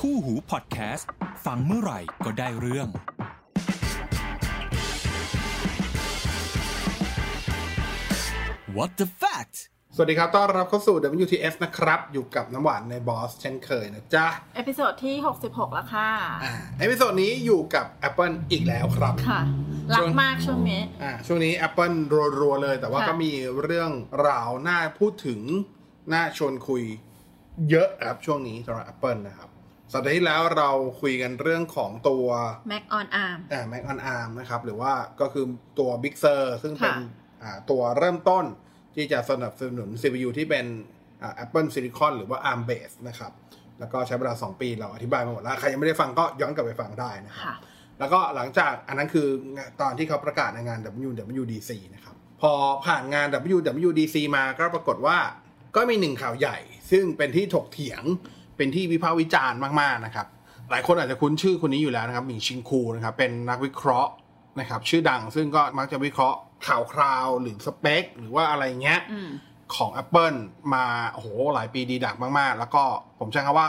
คู่หูพอดแคสต์ ฟังเมื่อไหร่ก็ได้เรื่อง What the fact สวัสดีครับ ต้อนรับเข้าสู่ WTF นะครับ อยู่กับน้ำหวานในบอสเช่นเคยนะจ๊ะ เอพิโซดที่ 66 แล้วค่ะ อ่าเอพิโซดนี้อยู่กับ Apple อีกแล้วครับ ค่ะ รักมากช่วงนี้ อ่า ช่วงนี้ Apple รัวๆเลย แต่ว่า ค่ะ ก็มีเรื่องราวน่าพูดถึง น่าชวนคุยเยอะครับช่วงนี้สำหรับ Apple นะครับ สัปดาห์ที่แล้วเราคุยกันเรื่องของตัว Mac on Arm อ่า Mac on ARM นะครับ หรือว่าก็คือตัว Big Sur ซึ่งเป็น ค่ะ อ่าตัวเริ่มต้นที่จะสนับสนุน CPU ที่เป็นอ่า Apple Silicon หรือว่า ARM base นะครับ แล้วก็ใช้เวลา 2 ปีเราอธิบายมาหมดแล้ว ใครยังไม่ได้ฟังก็ย้อนกลับไปฟังได้นะครับ ค่ะ แล้วก็หลังจากอันนั้นคืองานตอนที่เขาประกาศในงาน WWDC นะครับ พอผ่านงาน WWDC มาก็ปรากฏว่าก็มีหนึ่งข่าวใหญ่ ซึ่งเป็นที่ถกเถียงเป็นที่วิพากษ์วิจารณ์มากๆนะครับ หลายคนอาจจะคุ้นชื่อคนนี้อยู่แล้วนะครับหมิงชิงคูนะครับเป็นนักวิเคราะห์นะครับ ชื่อดังซึ่งก็มักจะวิเคราะห์ข่าวคราวหรือสเปค หรือว่าอะไรเงี้ย อืม ของ Apple มาโอ้โหหลายปีดีดักมาก ๆ แล้วก็ผมใช้คำว่า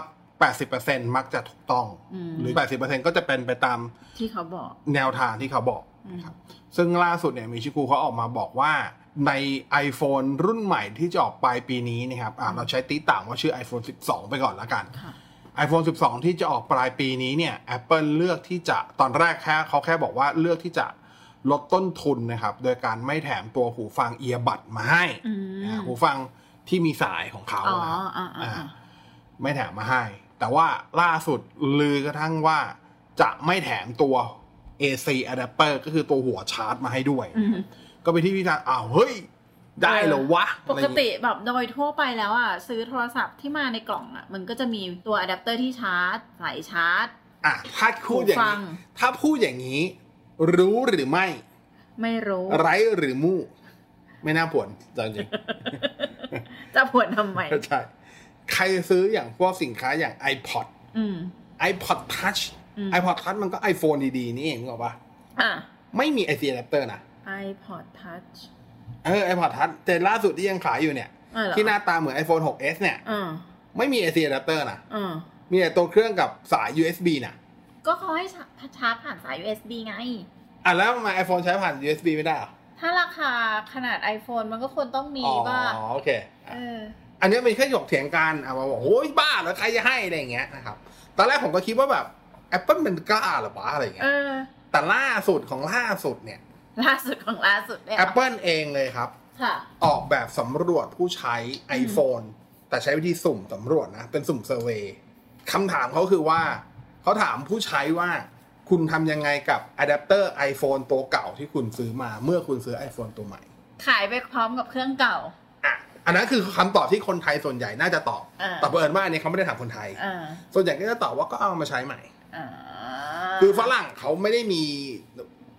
80%มักจะถูกต้อง อืม หรือ 80%ก็จะเป็นไปตาม ที่เขาบอก แนวทางที่เขาบอก อืม นะครับ ซึ่งล่าสุดเนี่ยมิชิคุเขาออกมาบอกว่าใน iPhone รุ่นใหม่ที่จะออกปลายปีนี้นะครับอ่ะเราใช้ตีต่างว่าชื่อ iPhone 12 ไปก่อนละกัน ค่ะ iPhone 12 ที่จะออกปลายปีนี้เนี่ย Apple เลือกที่จะตอนแรกแค่เขาแค่บอกว่าเลือกที่จะลดต้นทุนนะครับ โดยการไม่แถมตัวหูฟังเอียบัดมาให้ อื อ่ะ ม หูฟังที่มีสายของเขา อ๋อ นะครับ อ่าอ่า อ่าไม่แถมมาให้ แต่ว่าล่าสุดลือกระทั่งว่าจะไม่แถมตัว AC adapter ก็คือตัวหัวชาร์จมาให้ด้วย อืม ก็ไปนที่พิจารณาอ้าว เฮ้ย ได้เหรอวะ ป อะไร ก อย่าง ติ เงี้ย แบบโดยทั่วไปแล้วอ่ะ ซื้อโทรศัพท์ที่มาในกล่องอ่ะ มันก็จะมีตัวอะแดปเตอร์ที่ชาร์จ สายชาร์จ อ่ะถ้าพูดอย่าง หูฟั นี้ ง ถ้าพูดอย่างนี้ รู้หรือไม่ ไม่รู้ ไร้หรือมู่ ไม่น่าผวนจริง จะผวนทำไม ๆ ใช่ ใครซื้ออย่างพวกสินค้าอย่าง iPod อืม iPod Touch อืม iPod Touch มันก็ iPhone ดีๆ นี่เองหรอกปะ อ่ะ ไม่มี AC adapter นะ iPod Touch เออ iPod Touch แต่ล่าสุดที่ยังขายอยู่เนี่ย อ่ะเหรอ ที่หน้าตาเหมือน iPhone 6s เนี่ย อ่า ไม่มี AC adapter นะ อ่า มีแต่ตัวเครื่องกับสาย USB นะ ก็เขาให้ชาร์จผ่านสาย USB ไง อ่ะแล้วทำไม iPhone ใช้ผ่าน USB ไม่ได้เหรอ ถ้าราคาขนาด iPhone มันก็ควรต้องมี อ๋อ บ้าง โอเค เอ อ่ะ อ อันเนี้ยเป็นแค่หยกเถียงกันเอามาบอกโอ้ยบ้าเหรอใครจะให้อะไรอย่างเงี้ยนะครับตอนแรกผมก็คิดว่าแบบ Apple มันกล้าเหรอวะอะไรอย่างเงี้ เอย อ แต่ล่าสุดของล่าสุดเนี่ย ล่าสุดของล่าสุดเนี่ย Apple เองเลยครับ ค่ะ ออกแบบสำรวจผู้ใช้ iPhone แต่ใช้วิธีสุ่มสำรวจนะ เป็นสุ่มเซอร์เวย์คำถามเขาคือว่า เขาถามผู้ใช้ว่าคุณทำยังไงกับอะแดปเตอร์ iPhone ตัวเก่าที่คุณซื้อมาเมื่อคุณซื้อ iPhone ตัวใหม่ ขายไปพร้อมกับเครื่องเก่า อ่ะ อันนั้นคือคำตอบที่คนไทยส่วนใหญ่น่าจะตอบ อ่า แต่เผอิญว่าอันนี้เขาไม่ได้ถามคนไทย อ่า ส่วนใหญ่ก็จะตอบว่าก็เอามาใช้ใหม่ อ่า คือฝรั่งเขาไม่ได้มี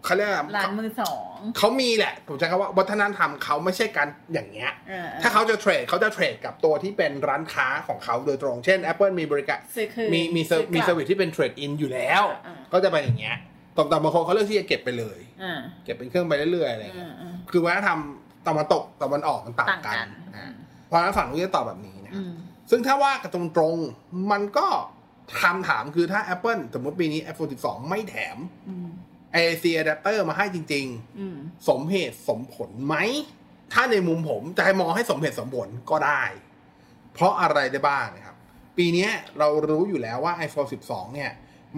เขาเรียกว่า ร้านมือสอง เขามีแหละผมจะคำว่าวัฒนธรรมเขาไม่ใช่การอย่างเงี้ย เออ ถ้าเขาจะเทรดเขาจะเทรดกับตัวที่เป็นร้านค้าของเขาโดยตรง เช่น Apple มีบริการ ซื้อคืน มีมีเซอร์ ซื้อกมีลับเซอร์วิสที่เป็นเทรดอินอยู่แล้ว อ่า ก็จะไปอย่างเงี้ยแต่แต่บางคนเขาเลือกที่จะเก็บไปเลย อ่า เก็บเป็นเครื่องไปเรื่อยๆอะไรอย่าง อ่า เงี้ย อ่า คือวัฒนธรรมตะวันตกตะวันออกมันต่าง ต่าง กัน กัน อ่าเพราะฉะนั้นฝั่งนู้นจะตอบแบบนี้นะ อืม ซึ่งถ้าว่ากันตรงๆมันก็คำถามคือถ้า Apple สมมติปีนี้ iPhone 12 ไม่แถม อืม AC adapter มาให้จริง อืม ๆ สมเหตุสมผลไหม ถ้าในมุมผมจะให้มองให้สมเหตุสมผลก็ได้ เพราะอะไรได้บ้างนะครับ ปีเนี้ยเรารู้อยู่แล้วว่า iPhone 12 เนี่ย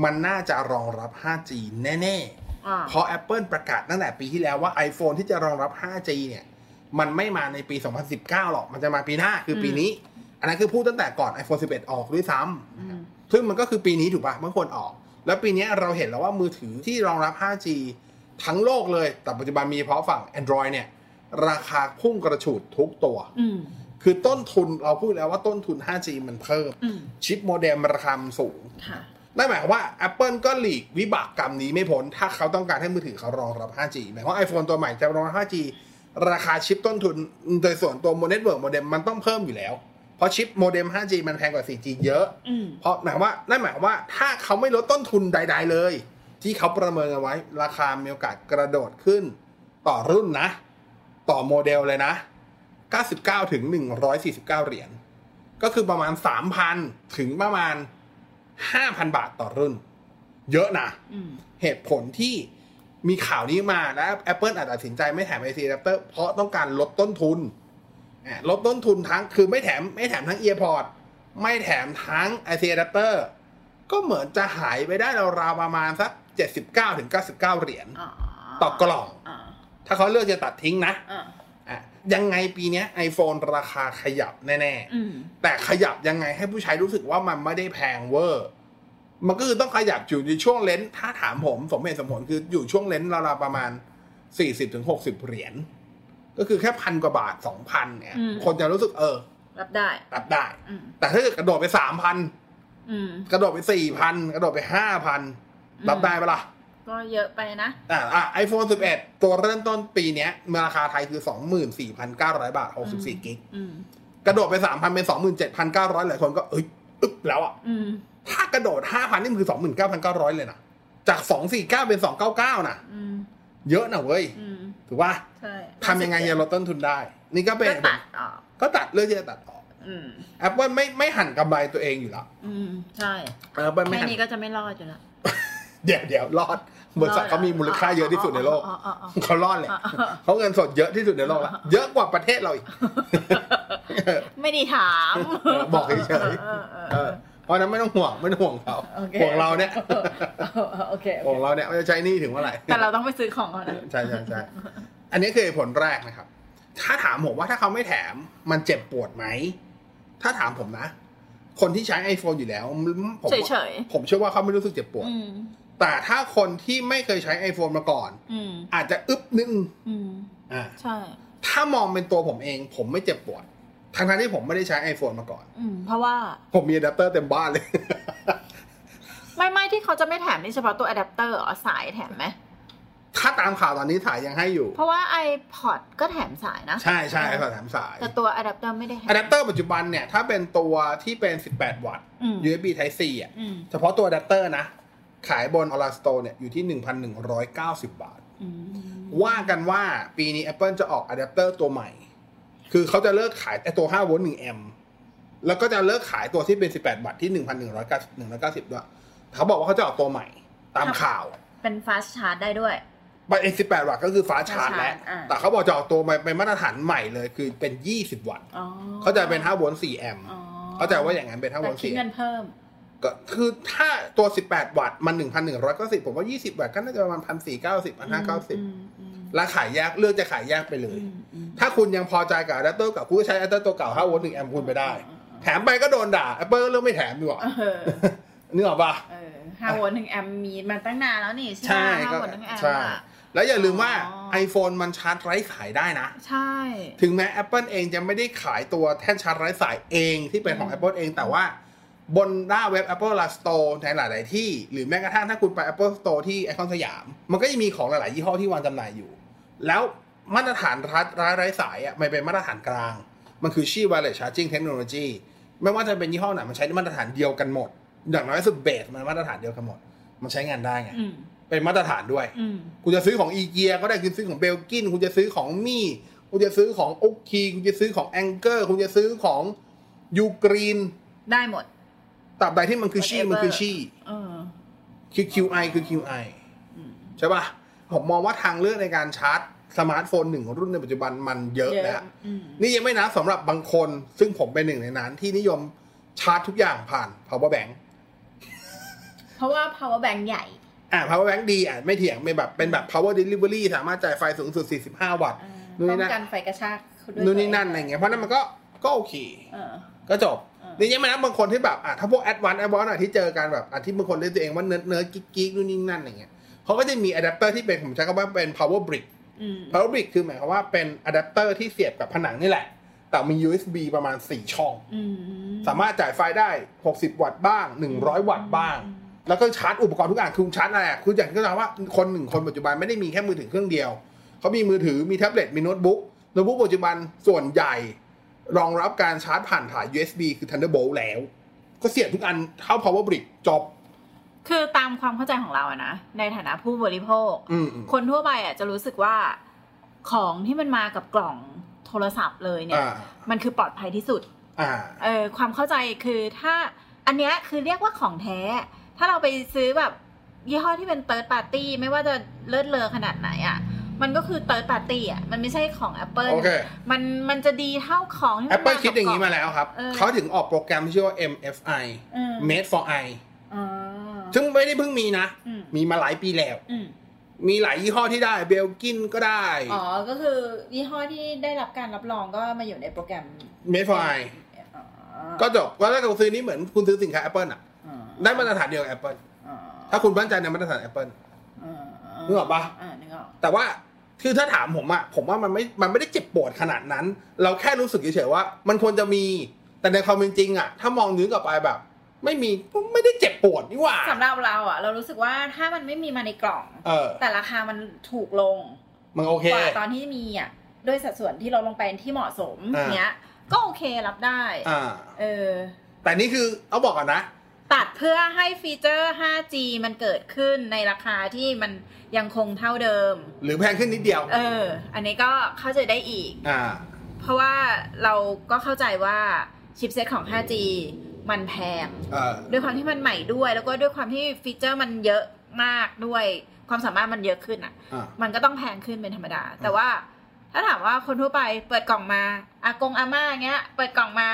มันน่าจะรองรับ 5G แน่ อ่า ๆ เพราะ Apple ประกาศตั้งแต่ปีที่แล้วว่า iPhone ที่จะรองรับ 5G เนี่ย มันไม่มาในปี 2019 หรอก มันจะมาปีหน้าคือปีนี้ อันนั้นคือพูดตั้งแต่ก่อน iPhone 11 ออกด้วยซ้ำ อื นะครับ ม ซึ่งมันก็คือปีนี้ถูกปะเมื่อคนออก แล้วปีนี้เราเห็นแล้วว่ามือถือที่รองรับ 5G ทั้งโลกเลย แต่ปัจจุบันมีเฉพาะฝั่ง Android เนี่ย ราคาพุ่งกระฉูดทุกตัว อืม คือต้นทุนเราพูดแล้วว่าต้นทุน 5G มันเพิ่ม อืม ชิปโมเด็มราคามันสูง ค่ะ นั่นหมายความว่า Apple ก็หลีกวิบากกรรมนี้ไม่พ้น ถ้าเขาต้องการให้มือถือเขารองรับ 5G หมายความว่า iPhone ตัวใหม่จะรองรับ 5G ราคาชิปต้นทุน โดยส่วนตัวโมเน็ตเวิร์กโมเด็มมันต้องเพิ่มอยู่แล้ว เพราะชิปโมเด็ม 5G มันแพงกว่า 4G เยอะ อืม เพราะหมายความว่านั่นหมายความว่าถ้าเขาไม่ลดต้นทุนใด ๆ เลย ที่เขาประเมินเอาไว้ ราคามีโอกาสกระโดดขึ้น ต่อรุ่นนะ ต่อโมเดลเลยนะ 99 ถึง 149 เหรียญก็คือประมาณ 3,000 ถึงประมาณ 5,000 บาทต่อรุ่น เยอะนะ อืม เหตุผลที่มีข่าวนี้มาแล้ว Apple อาจตัดสินใจไม่แถม AC adapter เพราะต้องการลดต้นทุนอ่ะลดต้นทุนทั้งคือไม่แถมไม่แถมทั้ง earpod ไม่แถมทั้ง AC adapter ก็เหมือนจะหายไปได้ราวๆประมาณสัก 79ถึง99 เหรียญ อ๋อ ต่อกล่อง อ่า ถ้าเขาเลือกจะตัดทิ้งนะ อ่า อ่ะยังไงปีเนี้ย iPhone ราคาขยับแน่ๆ อืม แต่ขยับยังไงให้ผู้ใช้รู้สึกว่ามันไม่ได้แพงเวอร์ มันก็คือต้องขยับอยู่ในช่วงเลนส์ถ้าถามผมสมเหตุสมผลคืออยู่ช่วงเลนส์ราวๆประมาณ 40-60ถึง60เหรียญ ก็คือแค่พันกว่าบาท 2,000เนี่ย อืม คนจะรู้สึกเออ รับได้ รับได้ อืม แต่ถ้าเกิดกระโดดไป 3,000 อืม กระโดดไป 4,000 กระโดดไป 5,000 รับได้ปะล่ะ ก็เยอะไปนะ อ่าอ่ะ iPhone 11 ตัวเริ่มต้นปีเนี้ยราคาไทยคือ 24,900 บาท 64กิก อืม กระโดดไป 3,000 เป็น 27,900 หลายคนก็เอ้ยอึ๊บแล้วอ่ะ อืม ถ้ากระโดด 5,000 นี่มันคือ 29,900 เลยนะ จาก 249 เป็น 299 นะ อืม เยอะนะเว้ย อืม ถือว่า ใช่ ทำยังไงจะลดต้นทุนได้ นี่ก็เป็น ก็ตัดออก ก็ตัดเลือกที่จะตัดออก อืม Apple ไม่ไม่หันกำไรตัวเองอยู่แล้ว อืม ใช่ Apple ไม่ แค่ หัน นี้ก็จะไม่รอดอยู่แล้ว เดี๋ยวเดี๋ยวรอดบริษัทเขามีมูลค่าเยอะที่สุดในโลก อ๋ออ๋ออ๋อ เขารอดแหละ อ๋อ เขาเงินสดเยอะที่สุดในโลกละเยอะกว่าประเทศเราอีก ไม่ได้ถาม บอกเฉย เออๆเออเอ เอ อ อเพราะฉะนั้นไม่ต้องห่วงไม่ต้องห่วงเขา โอค ห่วงเราเนี่ย ออเออโอเคโอ ห่วง เค เราเนี่ยว่าจะใช้หนี่ถึงเมื่อไหร่ แต่เราต้องไปซื้อของก่อนนะ ใช่ใช่ ใช่ อันนี้คือเหตุผลแรกนะครับ ถ้าถามผมว่าถ้าเขาไม่แถมมันเจ็บปวดไหม ถ้าถามผมนะ คนที่ใช้ iPhone อยู่แล้วผม เฉยเฉย ผมเชื่อว่าเขาไม่รู้สึกเจ็บปว ๆ ด อืม แต่ถ้าคนที่ไม่เคยใช้ iPhone มาก่อน อืม อาจจะอึบนึง อืม อ่า ใช่ ถ้ามองเป็นตัวผมเอง ผมไม่เจ็บปวดทั้งทที่ผมไม่ได้ใช้ iPhone มาก่อน อืม เพราะว่า ผมมีอะแดปเตอร์เต็มบ้านเลย ไม่ไม่ที่เขาจะไม่แถมนี่เฉพาะตัวอะแดปเตอร์เหรอสายแถมไหม ถ้าตามข่าวตอนนี้ถ่ายยังให้อยู่ เพราะว่า iPod ก็แถมสายนะ ใช่ใช่ขอแถมสาย แต่ตัวอะแดปเตอร์ไม่ได้แถม อะแดปเตอร์ปัจจุบันเนี่ยถ้าเป็นตัวที่เป็น 18 วัตต์ อืม USB Type C อ่ะ อืม เฉพาะตัวอะแดปเตอร์นะ ขายบนออลาสโตเนี่ยอยู่ที่ 1,190 บาท อืม ว่ากันว่าปีนี้ Apple จะออกอะแดปเตอร์ตัวใหม่ คือเขาจะเลิกขายไอตัว 5 โวลต์ 1 แอมป์แล้วก็จะเลิกขายตัวที่เป็น 18 วัตต์ที่ 1,190 190 ด้วย เขาบอกว่าเขาจะออกตัวใหม่ ตามข่าว เป็น fast charge ได้ด้วย ไปเอ18 วัตต์ก็คือฟ้าชาร์จแล้ว ฟ้าชาร์จอ่า แต่เขาบอกจะออกตัวใหม่เป็นมาตรฐานใหม่เลยคือเป็น 20 วัตต์ อ๋อ เขาจะเป็น5โวลต์4แอมป์ อ๋อ เขาใจว่าอย่างนั้นเป็น5โว แต่ ลต์ คิด 4แอ เงิ ม น ป์ เพิ่ม ก็คือถ้าตัว 18 วัตต์มัน1,190ผมว่า 20 วัตต์ก็น่าจะประมาณ1,490 1,590 อืมอืม แล้วขายแยกเลือกจะขายแยกไปเลย อืมอืม ถ้าคุณยังพอใจกับอะแดปเตอร์เก่าคุณก็ใช้อะแดปเตอร์ตัวเก่า5โวลต์1แอมป์คุณไปได้ แถมไปก็โดนด่า Apple ก็เลือกไม่แถมดีกว่า เออ นึกออกปะ เออห้าโวลต์หนึ่งแอมป์มีมาตั้งนานแล้วนี่ใช่ ใช่ ไหมห้า ก็ โวลต์หนึ่งแอม ใช่ ป์อะ แล้วอย่าลืมว่า อ๋อ iPhone มันชาร์จไร้สายได้นะ ใช่ ถึงแม้ Apple เองจะไม่ได้ขายตัวแท่นชาร์จไร้สายเองที่เป็นของ Apple เองแต่ว่า บนหน้าเว็บ Apple l a Store ในหลาย ๆ ที่ หรือแม้กระทั่งถ้าคุณไป Apple Store ที่ไอคอนสยาม มันก็ยังมีของหลาย ๆ ยี่ห้อที่วางจำหน่ายอยู่ แล้วมาตรฐานรัฐร้ายไร้สายอ่ะมันเป็นมาตรฐานกลาง มันคือชี่ wireless charging technology ไม่ว่าจะเป็นยี่ห้อไหนมันใช้มาตรฐานเดียวกันหมด อย่างน้อยสุดเบสมันมาตรฐานเดียวกันหมด มันใช้งานได้ไง อืม เป็นมาตรฐานด้วย อืม คุณจะซื้อของอีเกียก็ได้คุณซื้อของเบลกินคุณจะซื้อของมี่คุณจะซื้อของโอคีคุณจะซื้อของแองเกอร์คุณจะซื้อของยูกรีน ได้หมด ตราบใดที่มันคือชี่ Whatever มันคือชี่ เออ คือ QI คือ QI อืม ใช่ป่ะ ผมมองว่าทางเลือกในการชาร์จสมาร์ทโฟนหนึ่งรุ่นในปัจจุบันมันเยอะ เย แล้ว อะอืม นี่ยังไม่นับสำหรับบางคน ซึ่งผมเป็นหนึ่งในนั้นที่นิยมชาร์จทุกอย่างผ่าน power bank เพราะว่า power bank ใหญ่ อ่า power bank ดีอ่ะไม่เถียงเป็นแบบเป็นแบบ power delivery สามารถจ่ายไฟสูงสุด 45 วัตต์ อ่า นู่นนี่ ป้อง นั่น กันไฟกระชากด้วย นู่นนี่ ตัว นั่นอะไรเงี้ยเพราะฉะนั้นมันก็ก็โอเค เออ ก็จบ เออ นี่ยังไม่นับบางคนที่แบบอ่ะถ้าพวกแอดวานซ์แอดวานซ์อ่ะที่เจอกันแบบอ่ะที่บางคนเรียกตัวเองว่าเนิร์ดเนิร์ดกิ๊กกิ๊กนู่นนี่นั่นอะไรเงี้ยเขาก็จะมีอะแดปเตอร์ที่เป็นผมใช้คำว่าเป็น power brick อืม power brick คือหมายความว่าเป็นอะแดปเตอร์ที่เสียบกับผนังนี่แหละ แต่มี USB ประมาณ 4 ช่อง อืม สามารถจ่ายไฟได้ 60 วัตต์บ้าง 100 วัตต์บ้าง แล้วก็ชาร์จอุปกรณ์ทุกอย่างคือชาร์จอะไรอ่ะคืออย่างที่เขาบอกว่าคนหนึ่งคนปัจจุบันไม่ได้มีแค่มือถือเครื่องเดียว เขามีมือถือมีแท็บเล็ตมีโน้ตบุ๊กโน้ตบุ๊กปัจจุบันส่วนใหญ่ รองรับการชาร์จผ่านถ่าย USB คือ Thunderbolt แล้ว ก็เสียบทุกอันเข้า power brick จบ คือตามความเข้าใจของเราอะนะ ในฐานะผู้บริโภค อืมอืม คนทั่วไปอะจะรู้สึกว่า ของที่มันมากับกล่องโทรศัพท์เลยเนี่ย อ่า มันคือปลอดภัยที่สุด อ่า เออความเข้าใจคือถ้า อันเนี้ยคือเรียกว่าของแท้ ถ้าเราไปซื้อแบบยี่ห้อที่เป็น third party ไม่ว่าจะเลิศเลอขนาดไหนอะ่ะ มันก็คือ third party อ่ะ มันไม่ใช่ของ Apple โอเค มันมันจะดีเท่าของที่มัน Apple ม คิดอย่างนี้มาแล้วครับ เออ เขาถึงออกโปรแกรมที่ชื่อว่า MFI อืม Made for I อ๋อ ซึ่งไม่ได้เพิ่งมีนะ อืม มีมาหลายปีแล้ว อืม มีหลายยี่ห้อที่ได้ เบลกินก็ได้ อ๋อ ก็คือยี่ห้อที่ได้รับการรับรองก็มาอยู่ในโปรแกรม Made for I อ๋อ ก็จบก็ถ้าคุณซื้อนี่เหมือนคุณซื้อสินค้า Apple อ่ะ อ๋อ ได้มาตรฐานเดียวกับ Apple อ๋อ ถ้าคุณมั่นใจในมาตรฐาน Apple อ๋อ นึกออกปะ อ่านึกออก แต่ว่าคือถ้าถามผมอะผมว่ามันไม่มันไม่ได้เจ็บปวดขนาดนั้น เราแค่รู้สึกเฉยๆว่า มันควรจะมีแต่ในความเป็นจริงอะถ้ามองนึกกลับไปแบบ ไม่มีก็ไม่ได้เจ็บปวดนี่หว่า สำหรับเราอะเรารู้สึกว่าถ้ามันไม่มีมาในกล่อง เออ แต่ราคามันถูกลง มันโอเค กว่าตอนที่มีอะด้วยสัดส่วนที่ลดลงไปที่เหมาะสม อ่า เนี้ย ก็โอเครับได้ อ่า เออ แต่นี่คือเอาบอกก่อนนะ ตัดเพื่อให้ฟีเจอร์ 5G มันเกิดขึ้นในราคาที่มันยังคงเท่าเดิม หรือแพงขึ้นนิดเดียว เออ อันนี้ก็เข้าใจได้อีก อ่า เพราะว่าเราก็เข้าใจว่าชิปเซตของ 5G มันแพง เออ ด้วยความที่มันใหม่ด้วย แล้วก็ด้วยความที่ฟีเจอร์มันเยอะมากด้วย ความสามารถมันเยอะขึ้นอ่ะ อ่า มันก็ต้องแพงขึ้นเป็นธรรมดา แต่ว่าถ้าถามว่าคนทั่วไปเปิดกล่องมาอากงอาม่าเงี้ย เปิดกล่องมา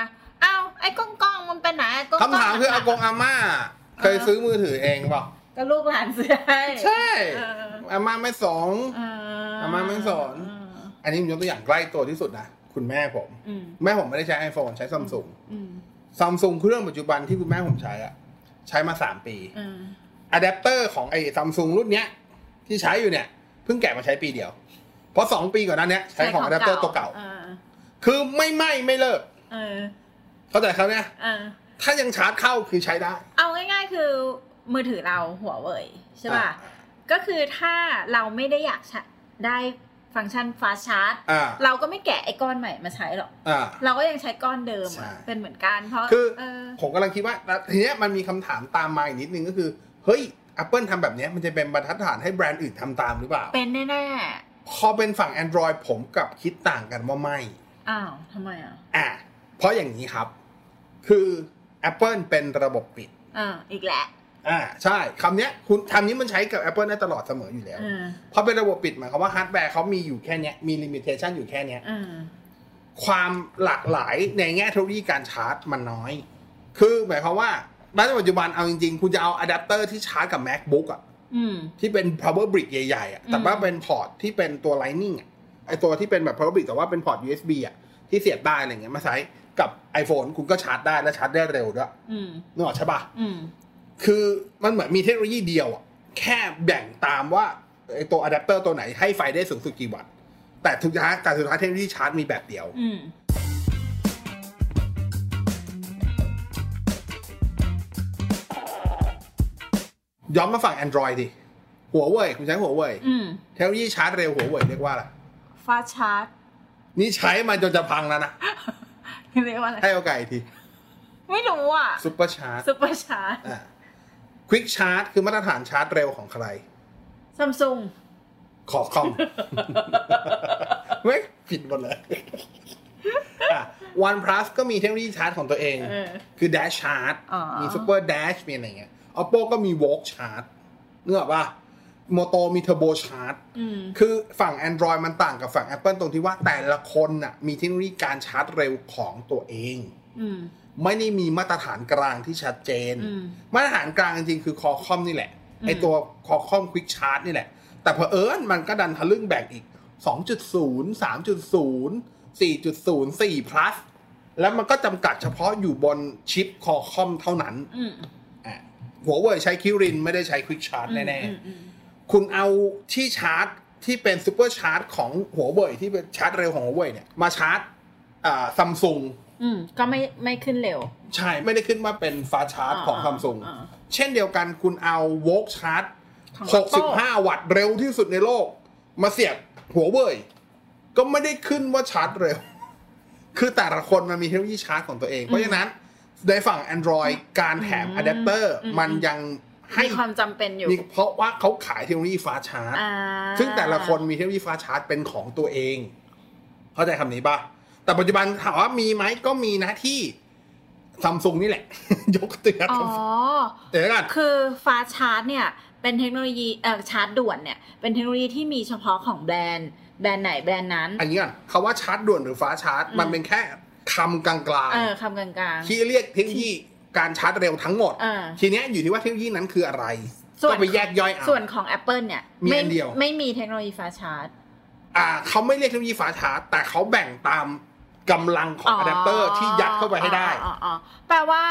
อ้าวไอ้กล้องกล้องมันเป็นไหนกล้องกล้อง คำถามคืออากงอาม่า เคยซื้อมือถือเองเปล่า ก็ลูกหลานซื้อให้ ใช่ เออ อาม่าไม่สอง เออ อาม่าไม่สอน อันนี้ผมยกตัวอย่างใกล้ตัวที่สุดนะ คุณแม่ผม อืม แม่ผมไม่ได้ใช้ iPhone ใช้ซัมซุง อืม ซัมซุงเครื่องปัจจุบันที่คุณแม่ผมใช้อะใช้มาสามปี อืม อะแดปเตอร์ของไอ้ซัมซุงรุ่นเนี้ย ที่ใช้อยู่เนี่ยเพิ่งแกะมาใช้ปีเดียว เพราะสองปีก่อนหนั้นเนี้ยใช้ของอะแดปเตอร์ตัวเก่า ออ คือไม่ไหม้ไม่เลิก เออ เข้าใจครับเนี่ย เออ ถ้ายังชาร์จเข้าคือใช้ได้ เอาง่ายๆคือมือถือเราหัวเว่ยใช่ป่ะ อ่า ก็คือถ้าเราไม่ได้อยากใช้ได้ฟังก์ชัน fast charge อ่า เราก็ไม่แกะไอ้ก้อนใหม่มาใช้หรอก อ่า เราก็ยังใช้ก้อนเดิมอะ ใช่ เป็นเหมือนกันเพราะ คือ เออ ผมกำลังคิดว่าแล้วทีเนี้ยมันมีคำถามตามมาอีกนิดนึงก็คือ เฮ้ย Apple ทำแบบเนี้ยมันจะเป็นบรรทัดฐานให้แบรนด์อื่นทำตามหรือเปล่า เป็นแน่ พอเป็นฝั่ง Android ผมกลับคิดต่างกันว่าไม่ ๆอ้าวทำไมอ่ะ อ่ะเพราะอย่างนี้ครับ คือ Apple เป็นระบบปิด อ่าอีกแหละ อ่า ใช่คำเนี้ยคุณคำนี้มันใช้กับ Apple ได้ตลอดเสมออยู่แล้ว เออ เพราะเป็นระบบปิดหมายความว่าฮาร์ดแวร์เขามีอยู่แค่เนี้ยมีลิมิเ t ชันอยู่แค่เนี้ย เออ ความหลากหลายในแง่เทคโนโลยีการชาร์จมันน้อย คือหมายความว่าณปัจจุบันเอาจริงๆ คุณจะเอาอะแดปเตอร์ที่ชาร์จกับ MacBook อ่ะ อืม ที่เป็น power brick ใหญ่ๆอ่ะ แต่ว่า อืม เป็นพอร์ตที่เป็นตัว lightning อ่ะ ไอตัวที่เป็นแบบ power brick แต่ว่าเป็นพอร์ต USB อ่ะ ที่เสียบได้อะไรเงี้ย มาใช้กับ iPhone คุณก็ชาร์จได้ และชาร์จได้เร็วด้วย อืม นึกออกใช่ปะ อืม คือมันเหมือนมีเทคโนโลยีเดียวอ่ะ แค่แบ่งตามว่าไอตัวอะแดปเตอร์ตัวไหนให้ไฟได้สูงสุดกี่วัตต์ แต่ทุกท้ายแต่สุดท้ายเทคโนโลยีชาร์จมีแบบเดียว อืม ย้อนมาฝั่ง Android ดิ หัวเว่ยคุณใช้หัวเว่ย อืม เทคโนโลยีชาร์จเร็วหัวเว่ยเรียกว่าอะไร ฟาชาร์จ นี่ใช้มาจนจะพังแล้วนะ เรียกว่าอะไร ให้โอกาสอีกที ไม่รู้อ่ะ ซุปเปอร์ชาร์จ ซุปเปอร์ชาร์จ ควิกชาร์จคือมาตรฐานชาร์จเร็วของใคร ซัมซุง ขอ คอม เว้ยผิดหมดเลยวันพลัสก็มีเทคโนโลยีชาร์จของตัวเอง เออ คือ Dash ชาร์จ อ๋อ มี Super Dash มีอะไรเงี้ย Oppo ก็มี Walk ชาร์จเนื้ออกป่ะโมโตมี Turbo ชาร์จ อืม คือฝั่ง Android มันต่างกับฝั่ง Apple ตรงที่ว่าแต่ละคนน่ะมีเทคโนโลยีการชาร์จเร็วของตัวเอง อืม ไม่ได้มีมาตรฐานกลางที่ชัดเจน อืม มาตรฐานกลางจริงๆคือคอคอมนี่แหละ อืม ไอตัวคอคอมควิกชาร์จนี่แหละ แต่เผอิญมันก็ดันทะลึ่งแบ่งอีก 2.0 3.0 4.0 4 plus แล้วมันก็จำกัดเฉพาะอยู่บนชิปคอคอมเท่านั้น อืม อ่ะหัวเว่ยใช้คิรินไม่ได้ใช้ควิกชาร์จแน่ อืมอืม ๆ คุณเอาที่ชาร์จที่เป็นซูเปอร์ชาร์จของหัวเว่ยที่เป็นชาร์จเร็วของหัวเว่ยเนี่ยมาชาร์จซัมซุง อืมก็ไม่ไม่ขึ้นเร็ว ใช่ไม่ได้ขึ้นมาเป็นฟาชาร์จของซัมซุง อ่า เช่นเดียวกันคุณเอาโวกชาร์จ ของ 65 วัตต์เร็วที่สุดในโลก มาเสียบหัวเว่ยก็ไม่ได้ขึ้นว่าชาร์จเร็ว คือแต่ละคนมันมีเทคโนโลยีชาร์จของตัวเอง เพราะฉะนั้น ในฝั่ง Android การแถมอะแดปเตอร์ อืม มันยังให้ มีความจำเป็นอยู่ มีเพราะว่าเขาขายเทคโนโลยีฟ้าชาร์จ อ่า ซึ่งแต่ละคนมีเทคโนโลยีฟ้าชาร์จเป็นของตัวเอง เข้าใจคำนี้ปะแต่ปัจจุบันถามว่ามีไหมก็มีนะที่ ซัมซุงนี่แหละ ยกเตือน อ๋อ แต่ละกัน คือฟาสต์ชาร์จเนี่ย เป็นเทคโนโลยีเอ่อชาร์จด่วนเนี่ย เป็นเทคโนโลยีที่มีเฉพาะของแบรนด์ แบรนด์ไหนแบรนด์นั้น อันนี้ก่อนคำว่าชาร์จด่วนหรือฟ้าชาร์จ อืม มันเป็นแค่คำกลาง เออคำกลาง ๆที่เรียกเทคโนโลยีการชาร์จเร็วทั้งหมด ๆเออ ทีเนี้ยอยู่ที่ว่าเทคโนโลยีนั้นคืออะไร ส่วน ก็ไปแยกย่อยเอา ส่วนของ Apple เนี่ย มี ไม่ อันเดียว ไม่มีเทคโนโลยีฟาสต์ชาร์จ อ่าเขาไม่เรียกเทคโนโลยีฟ้าชาร์จ แต่เขาแบ่งตามกำลังของอะแดปเตอร์ที่ยัดเข้าไปให้ได้ อ๋ออ๋ออ๋อแปลว่า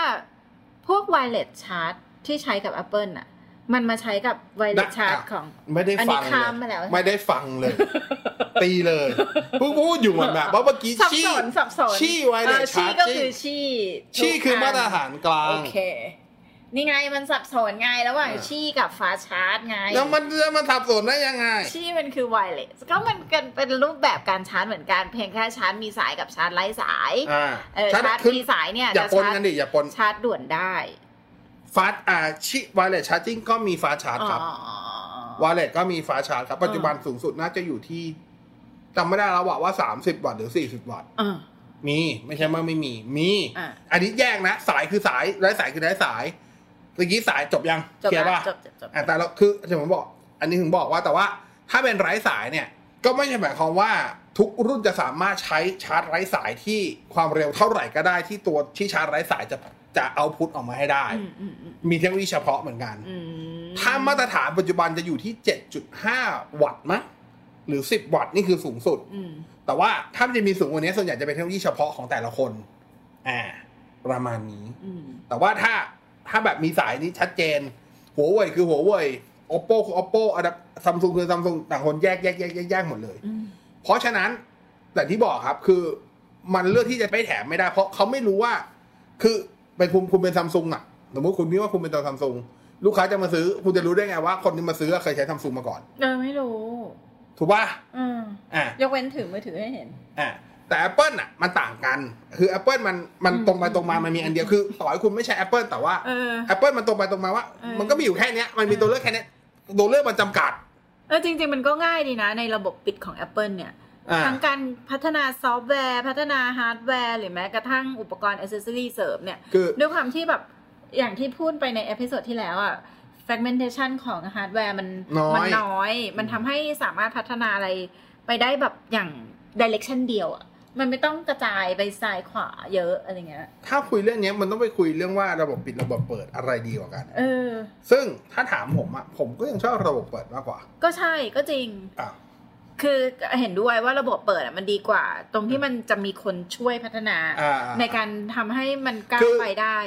พวกไวเลสชาร์จที่ใช้กับ Apple น่ะ มันมาใช้กับไวเลสชาร์จของ ไม่ได้ อันนี้ ฟังเล ข้ามไปแล้ว ยไม่ได้ฟังเลย ตีเลยเพิ่งพูดอยู่เหมือนแบบว่าเมื่อกี้ สับ ชี้ สนสับสน ชี้ไว้ เอ เลย อ ชา ชี้ ร์จ ก็คือชี้ ชี้ ทุก คือมาตรฐานกลาง โอเค นี่ไงมันสับสนไงระหว่าง เออ ชี้กับฟ้าชาร์จไง แล้วมันแล้วมันทับสนได้ยังไง ชี้มันคือไวเลสก็มันเป็นเป็นรูปแบบการชาร์จเหมือนกัน เพียงแค่ชาร์จมีสายกับชาร์จไร้สาย อ่า เออ ชาร์จ ชาร์จ ขึ้น มีสายเนี่ย อย่า จะ ปน ชาร์ กัน จ ดิอย่าปน ชาร์จด่วนได้ ฟาสอ่าชิวายเลสชาร์จิ่งก็มีฟ้าชาร์จครับ อ๋ออ๋ออ๋อ วายเลสก็มีฟ้าชาร์จครับ ปัจจุบันสูงสุดน่าจะอยู่ที่จำไม่ได้แล้วว่าว่า 30 วัตต์หรือ 40 วัตต์ อ่า มีไม่ใช่ว่าไม่มี มี อ่ะ นนี้แยกนะ สายคือสายไร้สายคือไร้สายเมื่อกี้สายจบยัง จบ เคลียร์ แล้ ป่ะ วจบจบจบ อ่ะแต่เราคือที่ผมบอก อันนี้ถึงบอกว่าแต่ว่าถ้าเป็นไร้สายเนี่ย ก็ไม่ใช่หมายความว่าทุกรุ่นจะสามารถใช้ชาร์จไร้สายที่ความเร็วเท่าไหร่ก็ได้ที่ตัวที่ชาร์จไร้สายจะจะเอาพุทออกมาให้ได้ อืมอืมอืม มีเทคโนโลยีเฉพาะเหมือนกัน อืม ถ้ามาตรฐานปัจจุบันจะอยู่ที่ 7.5 วัตต์มั้งหรือ 10 วัตต์นี่คือสูงสุด อืม แต่ว่าถ้ามันจะมีสูงกว่านี้ส่วนใหญ่จะเป็นเทคโนโลยีเฉพาะของแต่ละคน อ่า ประมาณนี้ อืม แต่ว่าถ้าถ้าแบบมีสายนี้ชัดเจน หัวเว่ยคือหัวเว่ย oppo คือ oppo อันดับซัมซุงคือซัมซุงต่างคนแยกแยกแยกแยกแยกหมดเลย อืม เพราะฉะนั้นแต่ที่บอกครับคือมันเลือกที่จะไม่แถมไม่ได้ เพราะเขาไม่รู้ว่า คือเป็นคุณคุณเป็นซัมซุงอะสมมติคุณพี่ว่าคุณเป็นตัวซัมซุงลูกค้าจะมาซื้อ คุณจะรู้ได้ไงว่าคนที่มาซื้อเคยใช้ซัมซุงมาก่อน เออไม่รู้ ถูกป่ะ อืม อ่ะ ยกเว้นถือมือถือให้เห็น อ่ะแต่ Apple อ่ะมันต่างกัน คือ Apple มันมัน อืม ตรงไปตรงมามันมีอันเดียวคือต่อให้คุณไม่ใช่ Apple แต่ว่า เออ Apple มันตรงไปตรงมาว่า เออ มันก็มีอยู่แค่เนี้ยมันมีตัวเลือกแค่เนี้ยตัวเลือกมันจำกัด เออจริง ๆ มันก็ง่ายดีนะ ในระบบปิดของ Apple เนี่ย อ่า ทั้งการพัฒนาซอฟต์แวร์ พัฒนาฮาร์ดแวร์ หรือแม้กระทั่งอุปกรณ์อ c เซสซอรีเสริมเนี่ย คือ ด้วยความที่แบบอย่างที่พูดไปในเอพิโซดที่แล้วอะ fragmentation ของฮาร์ดแวร์มัน น้อย มัน้อย มันทำให้สามารถพัฒนาอะไรไปได้แบบอย่าง direction เดียวอะมันไม่ต้องกระจายไปซ้ายขวาเยอะอะไรเงี้ย ถ้าคุยเรื่องเนี้ยมันต้องไปคุยเรื่องว่าระบบปิดระบบเปิดอะไรดีกว่ากัน เออ ซึ่งถ้าถามผมอะผมก็ยังชอบระบบเปิดมากกว่า ก็ใช่ก็จริง อ่ะ คือเห็นด้วยว่าระบบเปิดอะมันดีกว่า ตรงที่มันจะมีคนช่วยพัฒนา อ่า ในการทำให้มันก้า คื ว อ ไปได้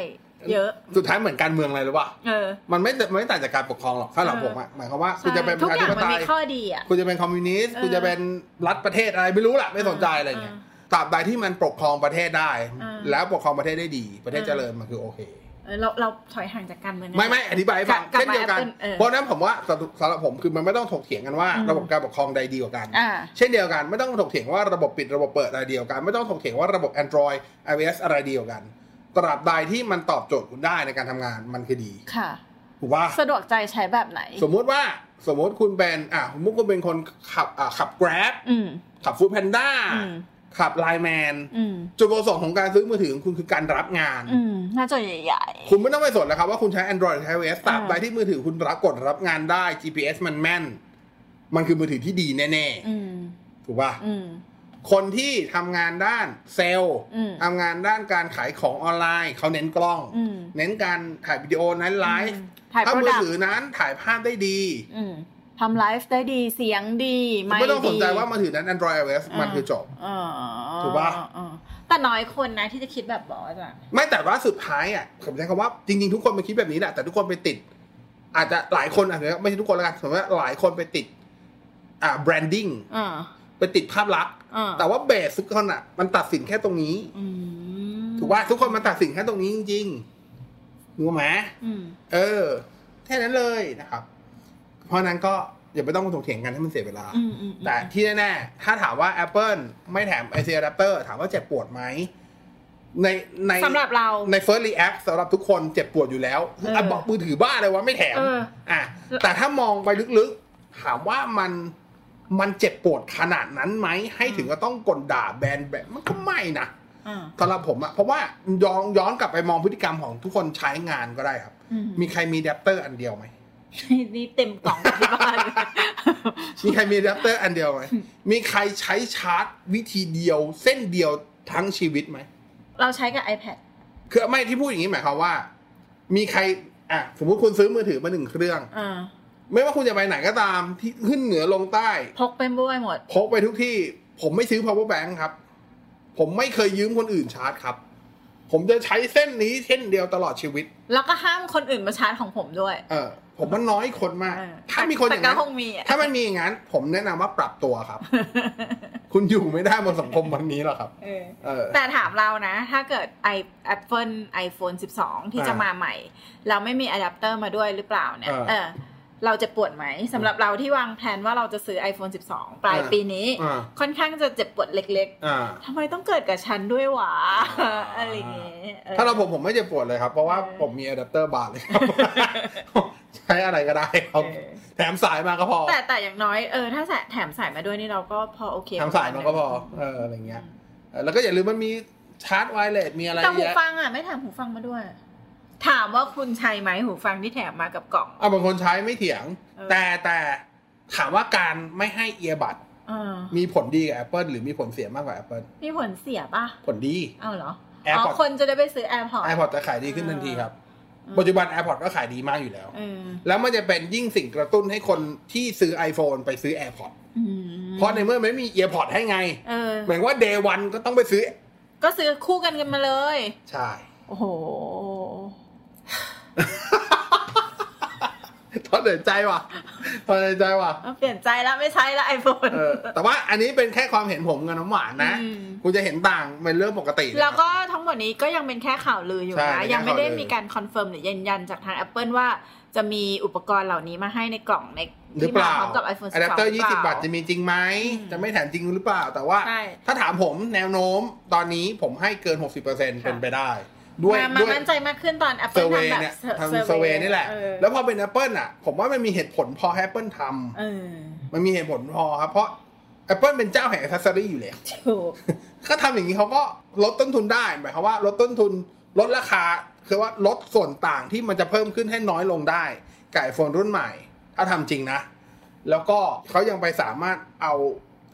เยอะ สุดท้ายเหมือนการเมืองอะไรหรือวะ เออ มันไม่มันไม่ต่างจากการปกครองหรอกถ้าหลัง เออ ผมอะหมายความว่าคุณจะเป็นป ทุ ระ ก ชา อ ธิ ย่าง ป มัน ไต มี ย ข้อดีอะ คุณจะเป็นคอมมิวนิสต์ เออ คุณจะเป็นรัฐประเทศอะไรไม่รู้ล่ะไม่สนใจอะไรเงี้ยตราบใดที่มันปกครองประเทศได้ เออ แล้วปกครองประเทศได้ดี ประเทศเจริญมันคือโอเค เออเราเราถอยห่างจากการเมืองนะ ไม่ไม่อธิบายให้ฟัง กลับ เช่นเดียวกัน กลับมา Apple เออ เพราะฉะนั้นผมว่าสำหรับสำหรับผมคือมันไม่ต้องถกเถียงกันว่า อืม ระบบการปกครองใดดีกว่ากัน อ่า เช่นเดียวกันไม่ต้องถกเถียงว่าระบบปิดระบบเปิดอะไรเดียวกัน ไม่ต้องถกเถียงว่าระบบ Android iOS อะไรเดียวกัน ตราบใดที่มันตอบโจทย์คุณได้ในการทำงานมันคือดี ค่ะ ถูกป่ะ สะดวกใจใช้แบบไหน สมมุติว่าสมมุติคุณเป็นอ่ะสมมุติคุณเป็นคนขับอ่ะขับ Grab อืม ขับ Food Panda อืม ขับ Line Man อืม จุดประสงค์ของการซื้อมือถือของคุณคือการรับงาน อืม หน้าจอใหญ่ คุณไม่ต้องไปสนแล้วครับว่าคุณใช้ Android หรือใช้ iOS ตราบใด อ่า ที่มือถือคุณรับกดรับงานได้ GPS มันแม่น มันคือมือถือที่ดีแน่ ๆ อืม ๆถูกป่ะ อืม คนที่ทำงานด้านเซลล์ อืม ทำงานด้านการขายของออนไลน์เขาเน้นกล้อง อืม เน้นการถ่ายวิดีโอนั้นไลฟ์ ถ่าย ถ้า โปร มือ ดัก ถือนั้นถ่ายภาพได้ดี อืมทำไลฟ์ได้ดี เสียงดี คุณ ไม่ ไม่ต้องสนใจว่ามื มัน อถือนั้น Android iOS อ่ามั มันคือจบ ถูกปะ แต่น้อยคนนะที่จะคิดแบบบอสอ่ะ ไม่แต่ว่าสุดท้ายอ่ะผมใช้คำว่าจริงๆ ทุกคนไปคิดแบบนี้แหละแต่ทุกคนไปติด อาจจะหลายคนอาจจะไม่ใช่ทุกคนแล้วกันสมมติว่าหลายคนไปติด อ่าแบรนดิ้ง อ่า ไปติดภาพลักษณ์ อ่า แต่ว่าเบสทุกคนอ่ะมันตัดสินแค่ตรงนี้ อืม ถูกว่าทุกคนมันตัดสินแค่ตรงนี้จริงๆรู้ไหม อืม เออแค่นั้นเลยนะครับ เพราะฉะนั้นก็อย่าไปต้องถกเถียงกันให้มันเสียเวลา อืมอืมอืม แต่ที่แน่ๆ ถ้าถามว่า Apple ไม่แถม i c Adapter ถามว่าเจ็บปวดไหม ในใน สำหรับเรา ใน First React สำหรับทุกคนเจ็บปวดอยู่แล้ว เออ เอาบอกมือถือบ้าเลยว่าไม่แถม เออ อ่ะแต่ถ้ามองไปลึกๆ ถามว่ามันมันเจ็บปวดขนาดนั้นไหม ให้ถึงก็ต้องกลด่าแบรนด์แบบมันก็ไม่นะ อ่า สำหรับผมอะเพราะว่าย้อนย้อนกลับไปมองพฤติกรรมของทุกคนใช้งานก็ได้ครับ อื มีใครมีแดปเตอร์อันเดียวไหม นี่เต็มกล่องที่บ้านเลย มีใครมีแดปเตอร์อันเดียวไหม มีใครใช้ชาร์จวิธีเดียวเส้นเดียวทั้งชีวิตไหม เราใช้กับ iPad คือไม่ที่พูดอย่างนี้หมายความว่า มีใครอ่ะสมมติคุณซื้อมือถือมาหนึ่งเครื่อง อ่า ไม่ว่าคุณจะไปไหนก็ตามที่ขึ้นเหนือลงใต้ พกไปบ้วยหมด พกไปทุกที่ ผมไม่ซื้อ power bank ครับ ผมไม่เคยยืมคนอื่นชาร์จครับ ผมจะใช้เส้นนี้เส้นเดียวตลอดชีวิต แล้วก็ห้ามคนอื่นมาชาร์จของผมด้วย เออ ผมว่าน้อยคนมาก เออ ถ้ามีคนอ แต่ ย่าง ก็ นั้น คงมีอ่ะ ถ้ามันมีอย่างนั้น ผมแนะนำว่าปรับตัวครับ คุณอยู่ไม่ได้บนสังคมวันนี้หรอกครับ เออ เออ แต่ถามเรานะ ถ้าเกิด i Apple iPhone 12 ที่จะ อ่าม มาใหม่ เราไม่มีอะแดปเตอร์มาด้วยหรือเปล่าเนี่ย เออ เออ เราจะปวดไหมสำหรับเราที่วางแผนว่าเราจะซื้อ iPhone 12 ปลาย อ่า ปีนี้ อ่า ค่อนข้างจะเจ็บปวดเล็ก อ่า ๆทำไมต้องเกิดกับฉันด้วยวะ อ่า อะไรอย่างเงี้ยเออ ถ้าเราผมผมไม่เจ็บปวดเลยครับ เพราะว่า เออ ผมมีอะแดปเตอร์บาร์เลยครับ ใช้อะไรก็ได้ครับ เออ แถมสายมาก็พอ แต่แต่อย่างน้อยเออถ้าแสแถมสายมาด้วยนี่เราก็พอโอเค แถมสายมาก็พอ เอออะไรเงี้ยเออแล้วก็อย่าลืมมันมีชาร์จไวเลสมีอะไร แต่หู เยอะ ฟังอ่ะไม่แถมหูฟังมาด้วย ถามว่าคุณใช้ไหมหูฟังที่แถมมากับกล่อง อ่ะบางคนใช้ไม่เถียง เออ แต่แต่ถามว่าการไม่ให้เอียบัด เออ มีผลดีกับ Apple หรือมีผลเสียมากกว่า Apple มีผลเสียป่ะ ผลดี เอาเหรอ อ๋อ AirPods คนจะได้ไปซื้อ AirPods AirPods จะขายดีขึ้นทันทีครับ ปัจจุบัน AirPods ก็ขายดีมากอยู่แล้ว เออ แล้วมันจะเป็นยิ่งสิ่งกระตุ้นให้คนที่ซื้อ iPhone ไปซื้อ AirPods อืม เพราะในเมื่อไม่มี AirPods ให้ไง เออ หมายว่า day one ก็ต้องไปซื้อ ก็ซื้อคู่กันกันมาเลย ใช่ โอ้โห ตอนเดินใจว่ะตอนเดินใจว่ะ เปลี่ยนใจแล้วไม่ใช้ละไอโฟน เออแต่ว่าอันนี้เป็นแค่ความเห็นผมกับน้ำหวานนะ อืม คุณจะเห็นต่างเป็นเรื่องปกตินะ แล้วก็ทั้งหมดนี้ก็ยังเป็นแค่ข่าวลืออยู่ ใช่ นะ เป็นแค่ ยังไม่ได้ ข่าวลือ มีการคอนเฟิร์มหรือยืนยันจากทาง Apple ว่าจะมีอุปกรณ์เหล่านี้มาให้ในกล่องใน หรือ ที่ เป มา ล่า พร้อมกับ iPhone 12 อะแดปเตอร์ ห 20 เป บา ล่ ทจะมีจริงไหม อืม จะไม่แถมจริงหรือเปล่า แต่ว่า ใช่ ถ้าถามผมแนวโน้มตอนนี้ผมให้เกิน 60%เป็นไปได้ ด้วย มามา ด้วย มั่นใจมากขึ้นตอน เซ Apple เว ทำแบบ เนี่ย ซอร์ ทางเซเวนี่แหละ เออ แล้วพอเป็น Apple อ่ะ ผมว่ามันมีเหตุผลพอ Apple ท เออ ำมันมีเหตุผลพอครับ เพราะ Apple เป็นเจ้าแห่งอ c เซอรี่อยู่แล้ว ถูก ก็ทำอย่างนี้เขาก็ลดต้นทุนได้หมายความว่าลดต้นทุนลดราคา คือว่าลดส่วนต่างที่มันจะเพิ่มขึ้นให้น้อยลงได้กับไอโฟนรุ่นใหม่ ถ้าทำจริงนะ แล้วก็เขายังไปสามารถเอา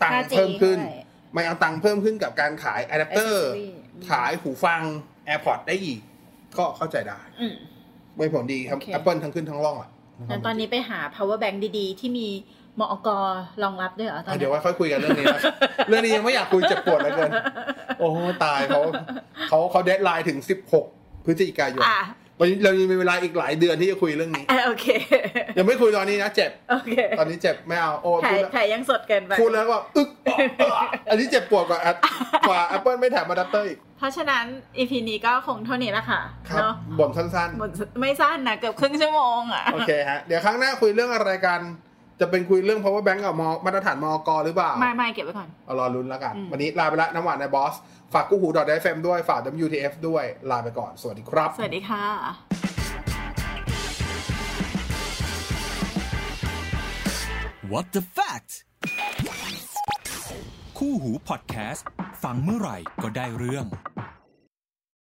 ตังค์ 5G เพิ่มขึ้น ด้วย ไม่เอาตังค์เพิ่มขึ้นกับการขายอะแดปเตอร์ Accessory ขายหูฟัง AirPods ได้อีก ก็เข้าใจได้ อืม ไม่ผลดีครับ โอเค Apple ทั้งขึ้นทั้งล่องอ่ะ งั้นตอนนี้ไปหา power bank ดีๆ ที่มีมอกรองรับด้วยเหรอตอน อ่ะ นี้ เดี๋ยวไว่าค่อยคุยกันเรื่องนี้ นะ เรื่องนี้ยังไม่อยากคุยเจ็บปวดเหลือเกิน โอ้ตายเขาเขาเขาเดทไลน์ถึง 16 พฤศจิกายน อ่ะ วันนี้เรายังมีเวลาอีกหลายเดือนที่จะคุยเรื่อง นี้ เออโอเค ยังไม่คุยตอนนี้นะเจ็บ โอเค ตอนนี้เจ็บไม่เอาโอ้ ถ่า พู ย ดแล้ว ถ่ายยังสดเกินไป พูดแล้วก็อึกอ๊อกอ๊อกอันนี้เจ็บปวดกว่าแอปกว่า Apple ไม่แถมอะแดปเตอร์อีก เพราะฉะนั้น EP นี้ก็คงเท่านี้ละค่ะ ครับ เนาะ บ่นสั้น หมดไม่สั้นนะเกือบครึ่งชั่วโมงอ่ะ ๆ โอเคฮะ เดี๋ยวครั้งหน้าคุยเรื่องอะไรกัน จะเป็นคุยเรื่อง power bank กับมอมาตรฐานมอกหรือเปล่า ไม่ไม่เก็บไว้ก่อน เอารอลุ้นแล้วกัน อืม วันนี้ลาไปละน้ำหวานในบอส ฝากกู้หู .fm ด้วย ฝาก WTF ด้วยลาไปก่อน สวัสดีครับ สวัสดีค่ะ What the fact คู่หูพอดแคสต์ฟังเมื่อไหร่ก็ได้เรื่อง